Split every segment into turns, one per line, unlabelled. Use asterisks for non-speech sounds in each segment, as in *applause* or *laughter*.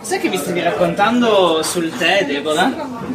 Sai che mi stavi raccontando sul tè, Deborah?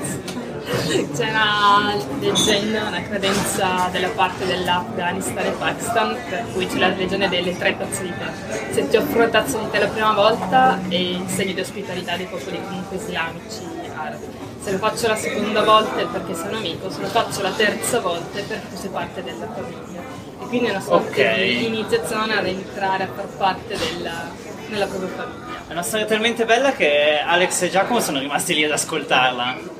C'è una leggenda, una credenza della parte dell'Afghanistan e Pakistan, per cui c'è la legione delle tre tazze di tè. Se ti offro una tazza di tè la prima volta è in segno di ospitalità dei popoli comunque islamici e arabi. Se lo faccio la seconda volta è perché sei un amico, se lo faccio la terza volta è perché sei parte della famiglia. E quindi è una sorta
Ok.
di iniziazione ad entrare a far parte della, della propria famiglia.
È una storia talmente bella che Alex e Giacomo sono rimasti lì ad ascoltarla.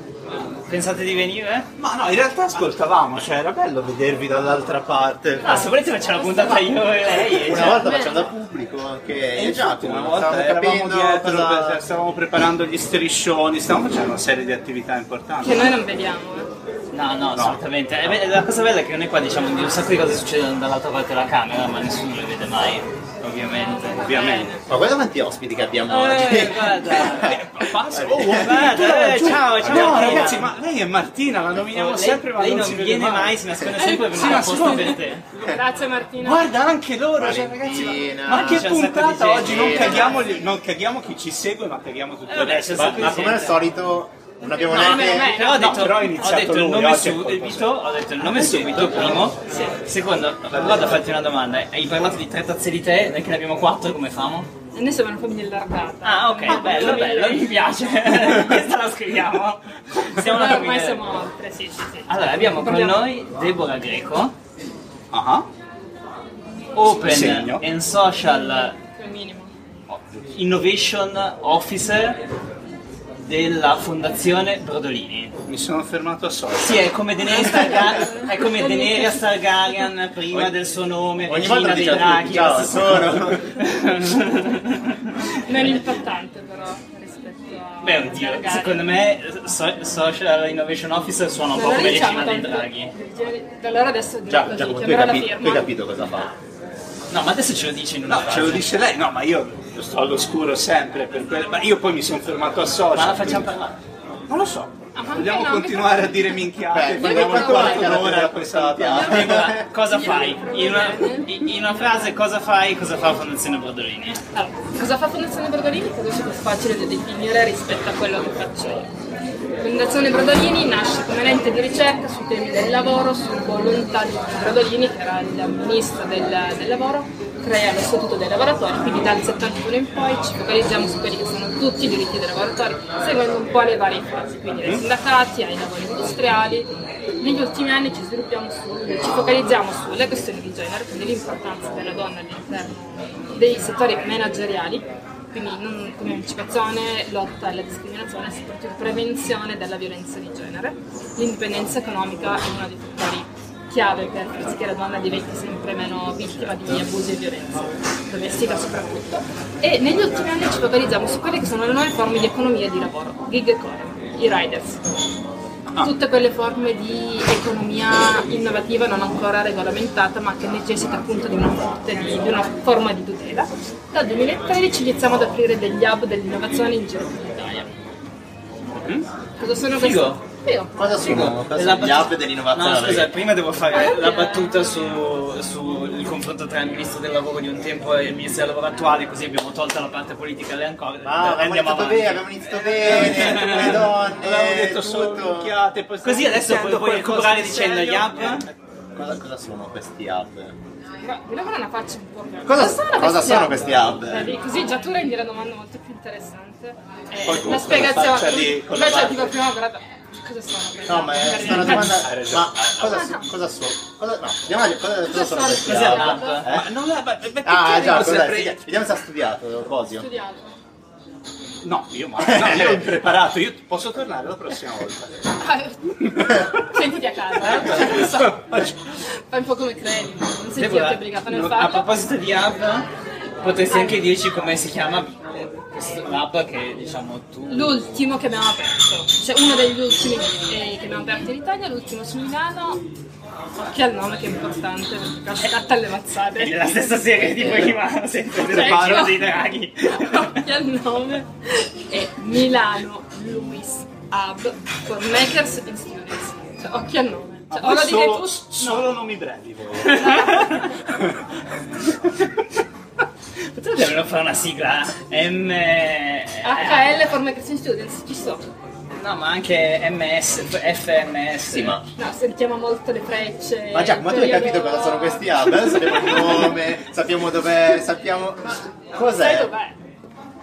Pensate di venire?
Ma no, in realtà ascoltavamo, cioè era bello vedervi dall'altra parte.
Ah, se volete facciamo la puntata io e lei.
Una
cioè.
volta facciamo da pubblico anche
E infatti,
Giacomo,
una volta
stavamo
eravamo
capendo
dietro,
cosa-
per- stavamo preparando gli striscioni, stavamo facendo una serie di attività
Che
importanti.
noi non vediamo, eh.
No, no, assolutamente. E beh, la cosa bella è che noi qua diciamo di un sacco di cose succedono dall'altra parte della camera, ma nessuno le vede mai, ovviamente.
Ovviamente.
Ma guarda quanti ospiti che abbiamo
Oh,
Eh,
oggi. *laughs*
guarda.
Cioè,
Eh, passo. Oh, guarda, eh, ciao, ciao.
No,
Martina.
ragazzi, ma lei è Martina, la nominiamo
lei,
sempre, ma
lei
non,
non,
si vede
viene mai.
mai.
si nasconde sempre per
sì, ma
una posto
secondo-
per te.
Grazie Martina.
Guarda anche loro, cioè, ragazzi, ma,
Valentina.
ma che
C'è un sacco di
puntata
gente.
oggi! Non caghiamo, gli- non caghiamo chi ci segue, ma caghiamo tutti
Eh, vabbè,
adesso.
c'è
Ma,
Sì,
ma
sì,
come al
sì.
solito non abbiamo
No,
neanche...
eh,
no, no, no.
Però ho detto,
però ha
ho
iniziato
detto il
lui,
nome
oggi è colpa
subito, ho detto il nome subito, primo. Secondo, vado a farti una domanda. Hai parlato di tre tazze di tè, noi che ne abbiamo quattro, come famo?
E Noi siamo una famiglia allargata.
Ah, ok, bello, bello, mi piace. Questa la scriviamo. Siamo una
Noi ormai
famiglia.
siamo altre, sì, sì, sì.
Allora, abbiamo con
Proviamo.
noi Deborah Greco,
Ah,
Open
Segno.
and Social
Come minimo.
Innovation Officer della Fondazione Brodolini.
Mi sono fermato a Sochi.
Sì, è come Daenerys Targaryen, è come Daenerys Targaryen prima del suo nome,
Ogni
regina
volta
dei
diciamo
draghi.
ciao, sono... *laughs*
Non impattante però rispetto a...
*laughs* Beh, oddio,
Targaryen.
secondo me so- Social Innovation Officer suona un po'
Allora
come regina
diciamo
dei
tanto-
draghi.
Allora adesso dico
Già,
così,
Giacomo, tu hai,
chiamerò la
capito, tu hai
firma.
capito cosa fa.
No, ma adesso ce lo dici in una
No,
frase.
ce lo dice lei, no, ma io sto all'oscuro sempre, per quello- ma io poi mi sono fermato a Sochi.
Ma la facciamo parlare.
Non lo so.
Ah, ma
Vogliamo
anche no,
continuare a dire minchiate?
Beh,
Parliamo
quanto
ancora
manca la
un'ora
prima
a questa
puntata?
puntata.
Deborah, cosa fai? In una, in una frase cosa fai, cosa fa la Fondazione Brodolini?
Allora, cosa fa Fondazione Brodolini? Credo sia più facile da definire rispetto a quello che faccio io. Fondazione Brodolini nasce come un ente di ricerca sui temi del lavoro, su volontà di Brodolini, che era il ministro del, del lavoro, crea lo statuto dei lavoratori, quindi dal 71 in poi ci focalizziamo su quelli che sono tutti i diritti dei lavoratori, seguendo un po' le varie fasi, quindi dai sindacati ai lavori industriali. Negli ultimi anni ci sviluppiamo su- ci focalizziamo sulle questioni di genere, quindi l'importanza della donna all'interno dei settori manageriali, quindi non come emancipazione, lotta alla discriminazione, soprattutto prevenzione della violenza di genere. L'indipendenza economica è uno dei fattori chiave per far sì che la donna diventi sempre meno vittima di abusi e violenza, domestica soprattutto. E negli ultimi anni ci focalizziamo su quelle che sono le nuove forme di economia e di lavoro, gig economy, i riders,
Ah.
tutte quelle forme di economia innovativa non ancora regolamentata ma che necessita appunto di una, forte- di- di una forma di tutela. Dal 2013 iniziamo ad aprire degli hub dell'innovazione in giro per l'Italia.
Mm-hmm.
Cosa sono questi?
Figo.
Figo.
Cosa sono? Cosa sono gli hub dell'innovazione?
No, scusa,
ragazzi?
prima devo fare la battuta su- sul confronto tra il ministro del lavoro di un tempo e il ministro del lavoro attuale, così abbiamo tolto la parte politica alle ancora.
Ah,
andiamo
abbiamo iniziato
avanti.
bene, abbiamo iniziato bene, le donne,
Avevamo detto solo
eh, tutto.
minchiate, poi
Così adesso
stiamo
puoi, puoi
dicendo
recuperare
qualcosa di
dicendo gli
serio. Eh,
app.
Cosa, cosa sono questi hub?
Ma volevo fare una faccia un po'.
Cosa- cosa sono questi hub?
Eh, Così già tu rendi la domanda molto più interessante. Eh,
Poi con
la
la faccia lì,
spiegazione.
con la
Invece
faccia.
tipo prima guarda. Cosa sono?
No, ma è una domanda. Ma cosa, so- cosa sono? Cosa, no, vediamo cosa- cosa,
Cosa
sono
sono?
questi
Cos'è
hub?
un hub?
Eh?
Ma non la, ma, perché
Ah,
io
già,
non
cos'è?
saprei-
Sì, Vediamo se ha studiato, Cosio.
Studiato.
No, io ma no, io ho impreparato, io posso tornare la prossima volta.
Ah, *laughs* Sentiti a casa, eh? Lo so. Fai un po' come credi, non sentirti
Deborah,
obbligato nel
no, a
farlo.
proposito di hub, potresti anche dirci come si chiama eh, questo hub che diciamo tu.
L'ultimo che abbiamo aperto, cioè uno degli ultimi eh, che abbiamo aperto in Italia, l'ultimo su Milano. Occhio al nome che è importante, perché cascatta alle mazzate. *laughs* Cioè,
È la stessa serie tipo rimane *laughs* sempre del paro dei
*laughs*
draghi.
Occhio al nome è Milano Luis Hub for Makers and Students. Cioè, occhio al nome. Cioè, o
Ma
lo direi
solo,
tu,
*laughs*
*laughs*
solo nomi brevi voi.
Potrebbero fare una sigla M... eh,
HL for Microsoft Students, ci sto.
No, ma anche MS, FMS. Sì, ma...
No, sentiamo molto le frecce.
Ma Giacomo, ma tu hai
il periodo-
capito cosa sono questi hub? Adesso Sappiamo
*laughs*
il nome, sappiamo dov'è, sappiamo...
Sai
Cos'è?
dov'è?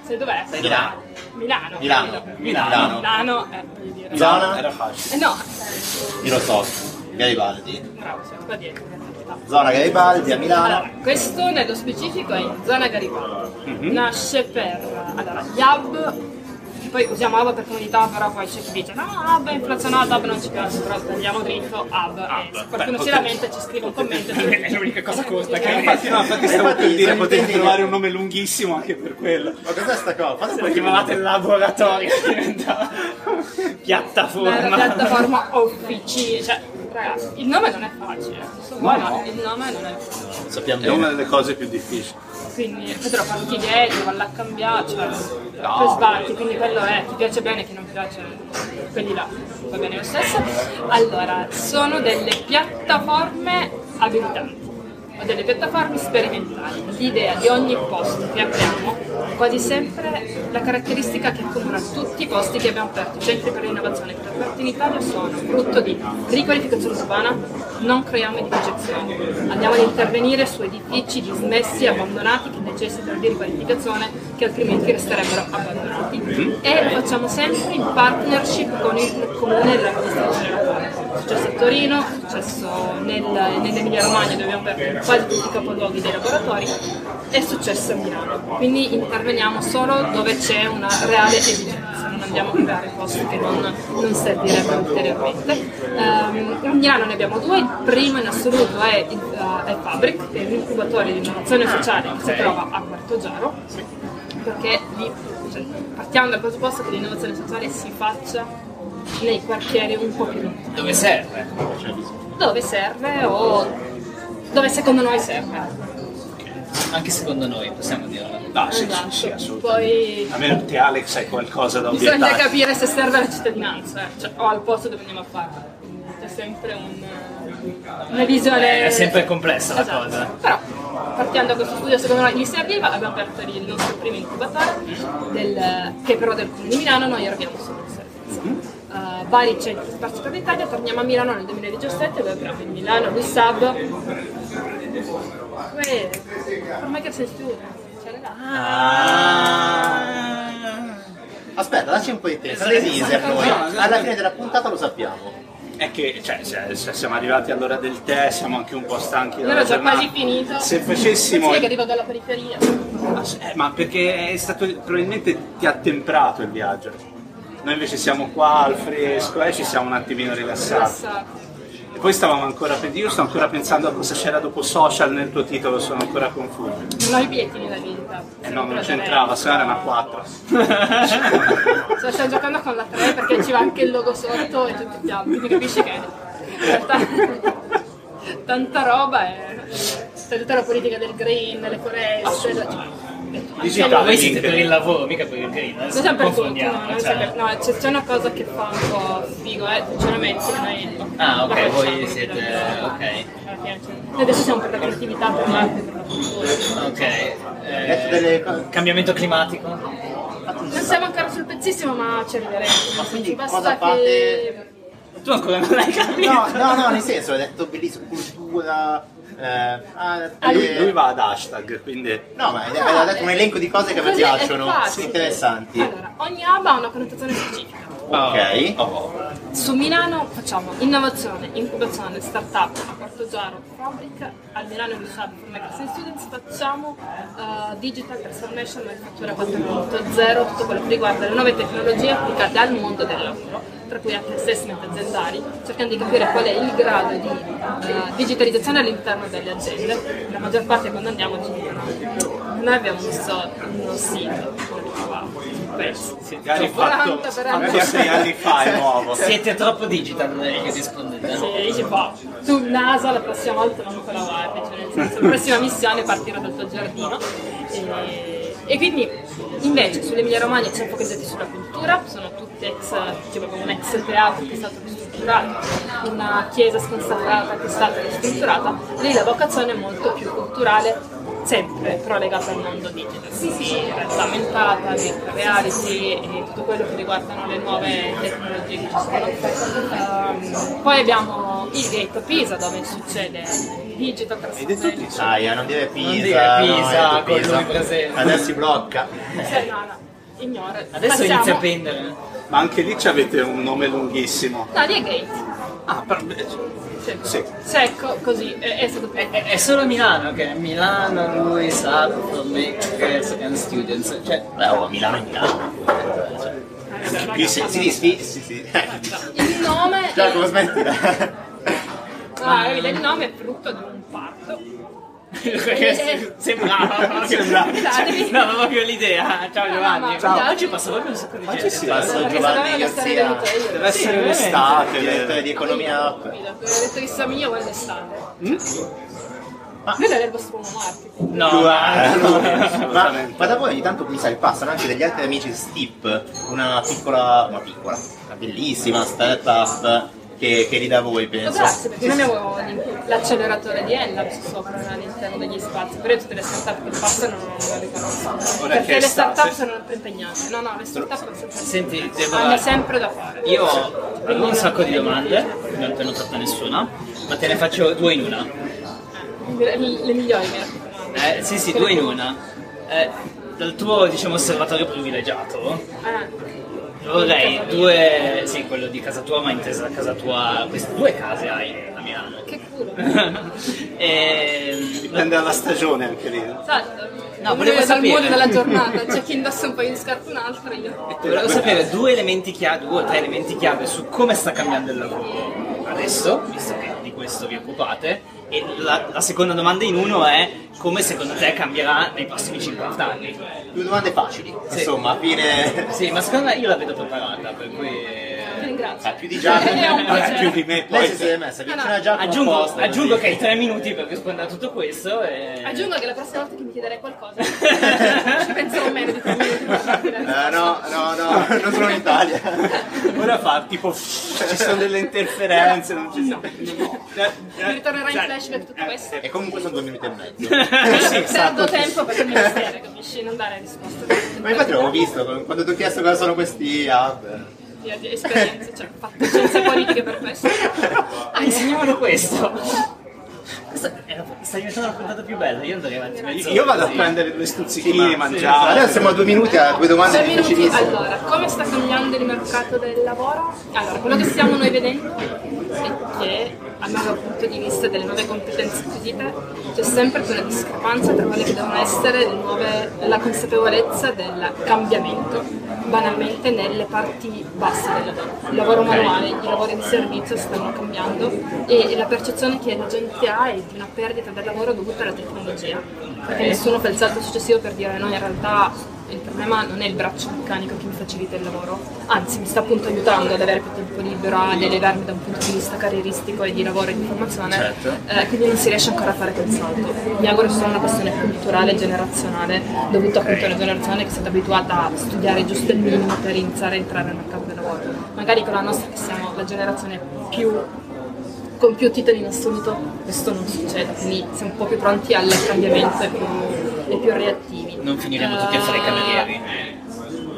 Sai dov'è? Sai
Milano.
Milano.
Milano.
Milano.
Milano.
Milano, eh, voglio dire.
Zona?
Era facile.
Eh, no,
Mirosov. Garibaldi.
bravo, siamo qua dietro.
Zona Garibaldi a
Allora,
Milano.
questo nello specifico è in zona Garibaldi.
Mhm.
Nasce per allora, gli hub. Poi usiamo hub per comunità, però poi c'è chi dice no, hub è inflazionato, hub non ci piace, però tagliamo dritto, hub. E se qualcuno si lamenta ci scrive un commento.
Ah, *laughs* È l'unica cosa costa che-
Infatti, no, infatti stavo
Infatti,
per dire
sono
potete
intendibile.
trovare un nome lunghissimo anche per quello.
Ma cos'è sta cosa? Fate un
Se
po'
la
di
chiamavate laboratorio diventava
Ma
piattaforma.
è una piattaforma officina, cioè, ragazzi, il nome non è facile. Insomma, no, il nome non è facile.
Sappiamo
È una delle cose più difficili.
quindi poi te lo parti dietro, valla a cambiare, cioè, poi sbatti, quindi quello è, ti piace bene, chi non piace, quelli là, va bene lo stesso. Allora, sono delle piattaforme abilitanti, o delle piattaforme sperimentali. L'idea di ogni posto che apriamo, quasi sempre la caratteristica che accomuna tutti i posti che abbiamo aperto, centri per l'innovazione che abbiamo aperto in Italia sono frutto di riqualificazione urbana, non creiamo edificazioni, andiamo ad intervenire su edifici dismessi, abbandonati, che necessitano di riqualificazione, che altrimenti resterebbero abbandonati. E lo facciamo sempre in partnership con il comune e l'amministrazione locale. È successo a Torino, è successo nel, nell'Emilia Romagna dove abbiamo aperto quasi tutti i capoluoghi dei laboratori, è successo a Milano. Quindi interveniamo solo dove c'è una reale esigenza, non andiamo a creare posti che non, non servirebbero ulteriormente. Ehm, a Milano ne abbiamo due, il primo in assoluto è, il, eh, è Fabric, che è l'incubatore di innovazione sociale che si trova a Quarto Giaro perché lì, cioè, partiamo dal presupposto che l'innovazione sociale si faccia nei quartieri un po' più lontani,
Dove serve?
dove serve o dove secondo noi serve.
Anche secondo noi, possiamo dirlo.
No, Ah, sì, sì,
Esatto.
sì, assolutamente.
Poi
A meno che Alex hai qualcosa da
bisogna
obiettare.
capire se serve alla cittadinanza eh, cioè, o al posto dove andiamo a farla. C'è sempre un- una visione...
È sempre complessa la
Esatto. *laughs*
cosa.
Però partendo da questo studio secondo noi gli serviva, abbiamo aperto lì il nostro primo incubatore, del- che però del Comune di Milano noi eroghiamo solo il servizio.
Mhm.
Eh, vari centri sparsi per l'Italia, torniamo a Milano nel 2017 dove abbiamo in Milano il Sub. Uè, ormai che sei tu, Cioè, ce l'hai
Ah.
là.
Aspetta, lasci un po' di tempo. State easy a noi. Alla fine della puntata lo sappiamo.
È che cioè, se- se siamo arrivati all'ora del tè, siamo anche un po' stanchi.
Io
dalla
l'ho già
giornata.
quasi finito.
Se facessimo.
Sì, che arrivo dalla periferia.
Ah, sì, eh, ma perché è stato. probabilmente ti ha temprato il viaggio. Noi invece siamo qua al fresco e ci siamo un attimino
Esatto.
rilassati.
Rilassati.
E poi stavamo ancora. pe- Io sto ancora pensando a cosa c'era dopo social nel tuo titolo, sono ancora confuso.
Non ho i biglietti nella vita.
Eh no, non c'entrava, se no era una 4.
Cioè, sto giocando con la 3 perché ci va anche il logo sotto e tutti gli altri, quindi capisci che in realtà *laughs* tanta roba è. C'è tutta la politica del green, delle foreste. la- cioè,
Digitale.
Ma voi
link.
siete per il lavoro, mica per il green.
Noi
Adesso
siamo
non
Diciamo per tutti, no,
confondiamo.
noi
cioè.
siamo per- no, c'è, c'è una cosa che fa un po' figo, eh, sinceramente, che noi
Ah, ok,
la facciamo,
voi
quindi
siete-
dobbiamo-
ok.
alla fine, cioè, Noi adesso siamo per la creatività, per l'arte, per la cultura.
Ok.
Hai
eh,
detto delle cose.
Cambiamento climatico?
Non siamo ancora sul pezzissimo, ma ci arriveremo. Ma
quindi
basta
cosa
che...
fate?
Tu ancora non l'hai capito?
No, no, no, nel senso, hai detto bellissimo, cultura. eh, arte.
Ah, lui, lui va ad hashtag, quindi.
No, ma hai hai detto un elenco di cose che mi
Ah, Così è
piacciono,
facile.
interessanti.
Allora, ogni hub ha una connotazione specifica.
Ok.
oh, Su Milano facciamo innovazione, incubazione, startup, a Porto Giaro, fabbrica, a Milano in Sub per Microsoft Students facciamo eh, digital transformation manifattura 4.0, tutto quello che riguarda le nuove tecnologie applicate al mondo del lavoro, tra cui anche assessment aziendali, cercando di capire qual è il grado di eh, digitalizzazione all'interno delle aziende. La maggior parte quando andiamo ci dicono, noi abbiamo messo uno sito, wow, penso.
Magari
Cioè, 40 per anno.
magari sei anni fa è nuovo.
Siete troppo digital, eh, che rispondete. no?
Sì, dici, boh, tu NASA la prossima volta non te la guardi, cioè nel senso, la prossima missione è partire dal tuo giardino. E, e quindi invece sull'Emilia Romagna ci siamo focalizzati sulla cultura, sono tutti ex, c'è proprio un ex teatro che è stato ristrutturato, una chiesa sconsacrata che è stata ristrutturata, lì la vocazione è molto più culturale sempre, però legata al mondo digital, quindi realtà aumentata, virtual reality e tutto quello che riguardano le nuove tecnologie che ci sono. Ehm, poi abbiamo il Gate Pisa dove succede il digital
Hai detto
trasformation.
Pisa?
Saia, non dire Pisa.
Non dire
no,
Pisa,
hai detto
con
Pisa.
lui presente.
Adesso si blocca.
Sì, no, no, ignora.
Adesso
Passiamo-
inizia a pendere.
Ma anche lì avete un nome lunghissimo.
No, lì è Gate.
Ah, però...
Sì.
Sì. Eh,
Secco, così, è, è stato
È, è- è solo Milano che Milano lui sa make and students. Cioè, *laughs*
Beh, oh, Milano è Milano. Qui si, si, si, si, si.
Il nome... è-
*laughs* Giacomo, smettila.
Ah, il nome è frutto di un parto.
Perché sembrava proprio
Sembrava.
cioè, no, avevo proprio l'idea. Ciao
No,
Giovanni.
no, Ciao.
Oggi passa proprio un sacco di
Oggi
gente.
sì.
Passo
Perché
Giovanni
sapevo che sarei
Garzia,
venuta io.
Deve
Sì,
essere
veramente.
l'estate.
direttore di
le-
economia app.
Guido, Dove avete visto mia o quell'estate?
Mm?
Ma quello era il vostro marketing.
No,
ma,
Assolutamente.
ma da voi ogni tanto mi sa che passano anche degli altri amici Steep, una piccola, una piccola, una bellissima startup che, che lì da voi
Ma
penso.
grazie, perché noi abbiamo lì l'acceleratore di Ella ci soffrono all'interno degli spazi, però io tutte le startup che passano non le riconosco.
Ora che
Perché
è
le startup
estate.
sono impegnate. No, no, le startup sono sempre
Senti, devo-
hanno sempre da fare.
Io avevo un sacco di domande, non te ne ho fatta nessuna, ma te ne faccio due in una.
Le, le migliori mi raccomando.
Eh, sì, sì, due in una. Eh, dal tuo, diciamo, osservatorio privilegiato,
Eh,
vorrei due, sì, quello di casa tua, ma intesa casa tua, queste due case hai a Milano.
che culo.
*laughs* Ehm,
Dipende dalla stagione anche lì. no?
Esatto.
No, volevo
Dal
sapere.
mood della giornata, c'è chi indossa un paio di scarpe, un altro io.
Volevo sapere due elementi chiave, due o tre elementi chiave su come sta cambiando il lavoro adesso, visto che di questo vi occupate, e la, la seconda domanda in uno è come secondo te cambierà nei prossimi 50 anni.
Due domande facili,
Sì.
insomma, a fine...
Sì, ma secondo me io la vedo preparata, per cui...
Ti ringrazio.
Ah, più di Giacomo.
Eh, un po'
Eh,
c'è.
Più di me
Lei si
poi.
è messa
No, no.
vicino a Giacomo
Aggiungo,
apposta,
aggiungo
così.
che hai tre minuti per rispondere a tutto questo e...
Aggiungo che la prossima volta che mi chiederai *laughs* qualcosa ci penserò meno di tre minuti per darti la risposta.
Eh, no, no, no, non sono in Italia.
Ora fa tipo ci sono delle interferenze, non ci sono.
Mi ritornerà in flashback tutto questo.
E comunque sono due minuti e mezzo.
eh, Sì, Perdo tempo per il ministero, capisci? Non dare risposte.
Ma infatti l'avevo visto, quando ti ho chiesto cosa sono questi hub.
Di- di esperienze, cioè, ho fatto scienze politiche per questo.
Ah, insegnavano questo! Questa è la- sta diventando la puntata più bella, io andrei avanti mezz'ora
Io vado a
così.
prendere due stuzzichini,
Ma-
mangiamo.
Adesso siamo a due minuti a due domande
Due minuti.
difficilissime.
Allora, come sta cambiando il mercato del lavoro? Allora, quello che stiamo noi vedendo è che al nuovo punto di vista delle nuove competenze acquisite c'è sempre quella discrepanza tra quelle che devono essere le nuove, la consapevolezza del cambiamento, banalmente nelle parti basse del lavoro. Il lavoro manuale, i lavori di servizio stanno cambiando e la percezione che la gente ha è di una perdita del lavoro dovuta alla tecnologia, perché nessuno fa il salto successivo per dire no, in realtà il problema non è il braccio meccanico che mi facilita il lavoro, anzi mi sta appunto aiutando ad avere più tempo libero, ad elevarmi da un punto di vista carrieristico e di lavoro e di formazione, Eh, quindi non si riesce ancora a fare quel salto. Mi auguro che sia una questione culturale e generazionale, dovuta appunto a una generazione che è stata abituata a studiare giusto il minimo per iniziare a entrare nel mercato del lavoro. Magari con la nostra che siamo la generazione più con più titoli in assoluto questo non succede, quindi siamo un po' più pronti al cambiamento e più, e più reattivi.
Non finiremo tutti a fare i
Eh,
camerieri.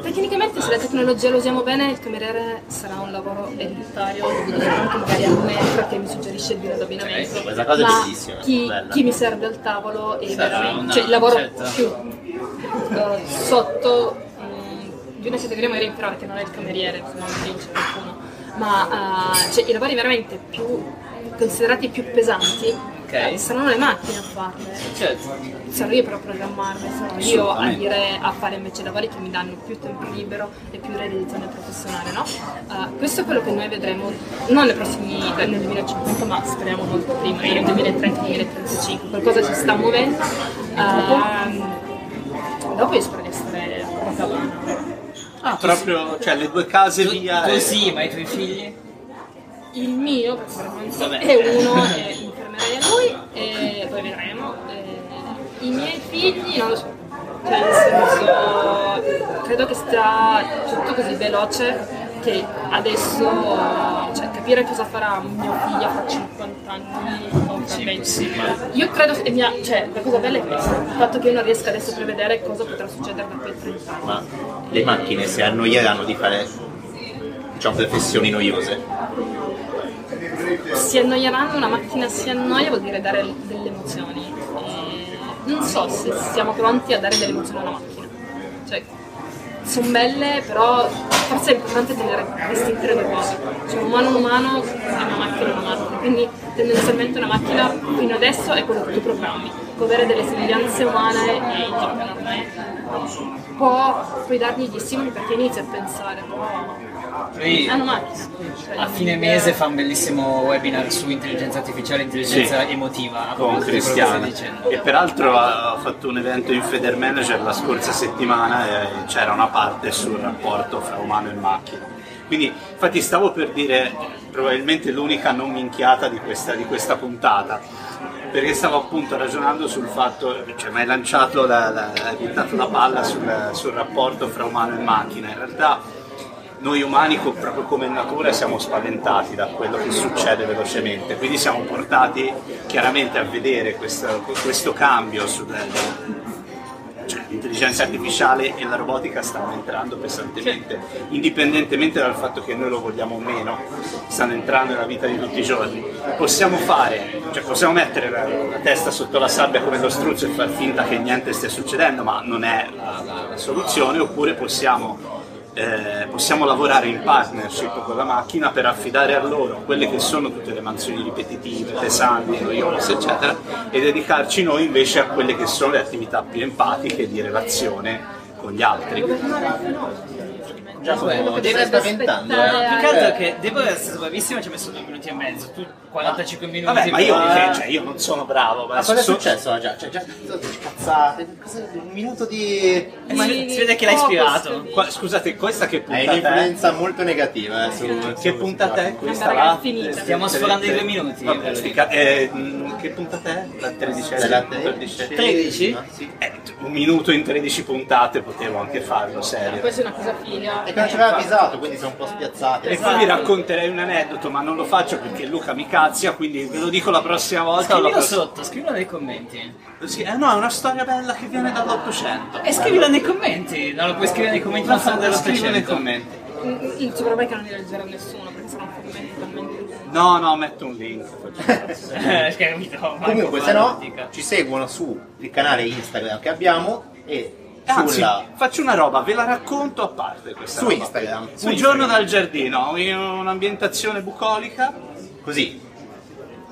Tecnicamente se la tecnologia la usiamo bene il cameriere sarà un lavoro elitario, dovuto anche magari a un'entra che mi suggerisce il vino d'abbinamento.
Ok, questa cosa è
ma
bellissima,
Chi,
bella.
chi mi serve al tavolo e
Sarà
veramente-
una-
cioè, il lavoro
certo.
più eh, sotto mh, di una categoria magari inferiore che non è il cameriere, insomma, non vince qualcuno, ma eh, cioè, i lavori veramente più considerati più pesanti
Ok.
eh, saranno le macchine a farle
Certo.
sarò io però a programmarmi, sarò io a dire a fare invece lavori che mi danno più tempo libero e più realizzazione professionale, no? Eh, questo è quello che noi vedremo non nei prossimi nel 2050, ma speriamo molto prima, nel 2030-2035, qualcosa ci sta muovendo. Ehm, dopo io spero di essere portata avanti.
Ah, proprio, cioè le due case
Tu,
via.
tu
e-
sì, ma i tuoi figli?
Il mio, perché veramente
Vabbè.
è uno, e mi fermerei a lui e poi vedremo. Eh, I miei figli, non lo so, cioè nel senso, credo che sia tutto così veloce che adesso cioè capire cosa farà mio figlio fra 50 anni o fra
Sì,
20.
impossibile.
Io credo, e mia- cioè la cosa bella è questa, il fatto che io non riesca adesso a prevedere cosa potrà succedere da quei 30 anni.
Ma le macchine si annoieranno di fare diciamo professioni noiose.
si annoieranno, una macchina si annoia vuol dire dare delle emozioni. E non so se siamo pronti a dare delle emozioni a una macchina. Cioè, sono belle, però forse è importante tenere distinte le due cose. Cioè, un umano è un umano è una macchina è una macchina. Quindi tendenzialmente una macchina fino adesso è quello che tu programmi. Può avere delle sembianze umane e giocano ormai. Può, puoi dargli gli stimoli perché inizi a pensare, però
Poi-
Ah,
è una macchina. Cioè,
A fine mese fa un bellissimo webinar su intelligenza artificiale e intelligenza
Sì.
emotiva. a
con Eh,
proposito di quello che stai
Cristiana
dicendo.
e peraltro ha fatto un evento in Feder Manager la scorsa settimana e c'era una parte sul rapporto fra umano e macchina quindi infatti stavo per dire probabilmente l'unica non minchiata di questa, di questa puntata perché stavo appunto ragionando sul fatto, cioè mi hai lanciato la, la, hai buttato la palla sul, sul rapporto fra umano e macchina, in realtà noi umani, co- proprio come natura, siamo spaventati da quello che succede velocemente, quindi siamo portati chiaramente a vedere questo, questo cambio sul- cioè, L'intelligenza artificiale e la robotica stanno entrando pesantemente, indipendentemente dal fatto che noi lo vogliamo o meno, stanno entrando nella vita di tutti i giorni. Possiamo fare, cioè possiamo mettere la, la testa sotto la sabbia come lo struzzo e far finta che niente stia succedendo, ma non è la- la- la soluzione, oppure possiamo eh, possiamo lavorare in partnership con la macchina per affidare a loro quelle che sono tutte le mansioni ripetitive, pesanti, noiose, eccetera, e dedicarci noi invece a quelle che sono le attività più empatiche di relazione con gli altri.
governare il fenomeno.
Giacomo,
Quello che
ti
stai
dovrebbe
spaventando,
aspettare-
eh?
Più che altro che Deborah è stata bravissima, ci ha messo due minuti e mezzo, tu 45 minuti. Eh,
Vabbè, ma io,
per-
cioè, io non sono bravo, ma,
Ma cosa è
so-
successo già? Cioè, già cazzate, cosa- un minuto di...
Eh, ma
Sì,
si vede che l'hai
focus,
ispirato.
sì.
qua- scusate, questa che
Hai
puntata è?
un'influenza molto negativa eh, su...
Che
su-
puntata è? Questa
ragazzi,
là?
finita.
Stiamo sforando i due minuti,
Vabbè,
io volevo
sti ca- eh, mm, che puntata è? La tredicesima?
Della
quattordicesima?
13?
Ah, sì.
Eh, un minuto in 13 puntate potevo anche farlo, serio.
Questa è una cosa figa.
E che non ci aveva avvisato, quindi sono un po' spiazzati.
E poi vi racconterei un aneddoto, ma non lo faccio perché Luca mi cazzia, quindi ve lo dico la prossima volta. o la
Scrivilo
prossima-
sotto, scrivilo nei commenti.
Sì, eh, no, è una storia bella che viene dall'Ottocento.
E scrivilo nei commenti, non lo puoi scrivere nei commenti, non sono dello
Scrivi nei
speciale.
commenti.
Mm, Il super bike non li leggerà nessuno perché sono commenti talmente lunghi.
No, no, metto un link.
*laughs*
Eh, capito, Marco,
Comunque,
fa
se no,
fatica.
ci seguono sul canale Instagram che abbiamo e
Anzi,
sulla-
faccio una roba, ve la racconto a parte questa
su
roba.
Instagram.
Un giorno dal giardino, in un'ambientazione bucolica,
Così,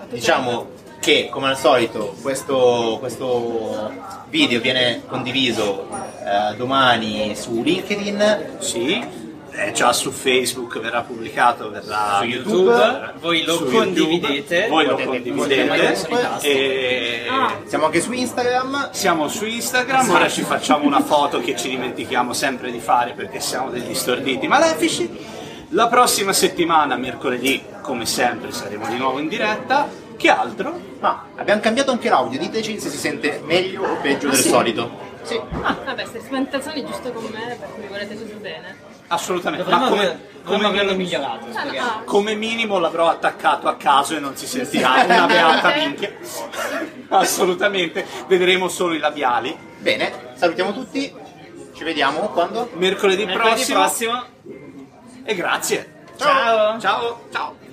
diciamo che come al solito questo, questo video viene condiviso eh, domani su LinkedIn.
sì, è già su Facebook, verrà pubblicato, verrà
Su YouTube,
verrà-
voi lo
su YouTube,
condividete,
voi lo
potete-
condividete, eh,
potete mettere
e...
Eh.
Ah.
Siamo anche su Instagram.
Siamo su Instagram, ora ci facciamo una foto che ci dimentichiamo sempre di fare perché siamo degli storditi malefici. La prossima settimana, mercoledì, come sempre, saremo di nuovo in diretta. Che altro?
Ma abbiamo cambiato anche l'audio, diteci se si sente meglio o peggio del solito. Sì.
Ah, vabbè, se spaventazioni giusto con me perché mi volete così bene.
Assolutamente.
Dovremmo
Ma
aver- dovremmo averlo
minimo,
migliorato,
Ah,
speriamo.
no.
come minimo l'avrò attaccato a caso e non si sentirà una beata minchia. Assolutamente. Vedremo solo i labiali.
Bene, salutiamo tutti. Ci vediamo quando?
Mercoledì,
Mercoledì
prossimo.
prossimo.
E grazie.
Ciao.
Ciao. Ciao.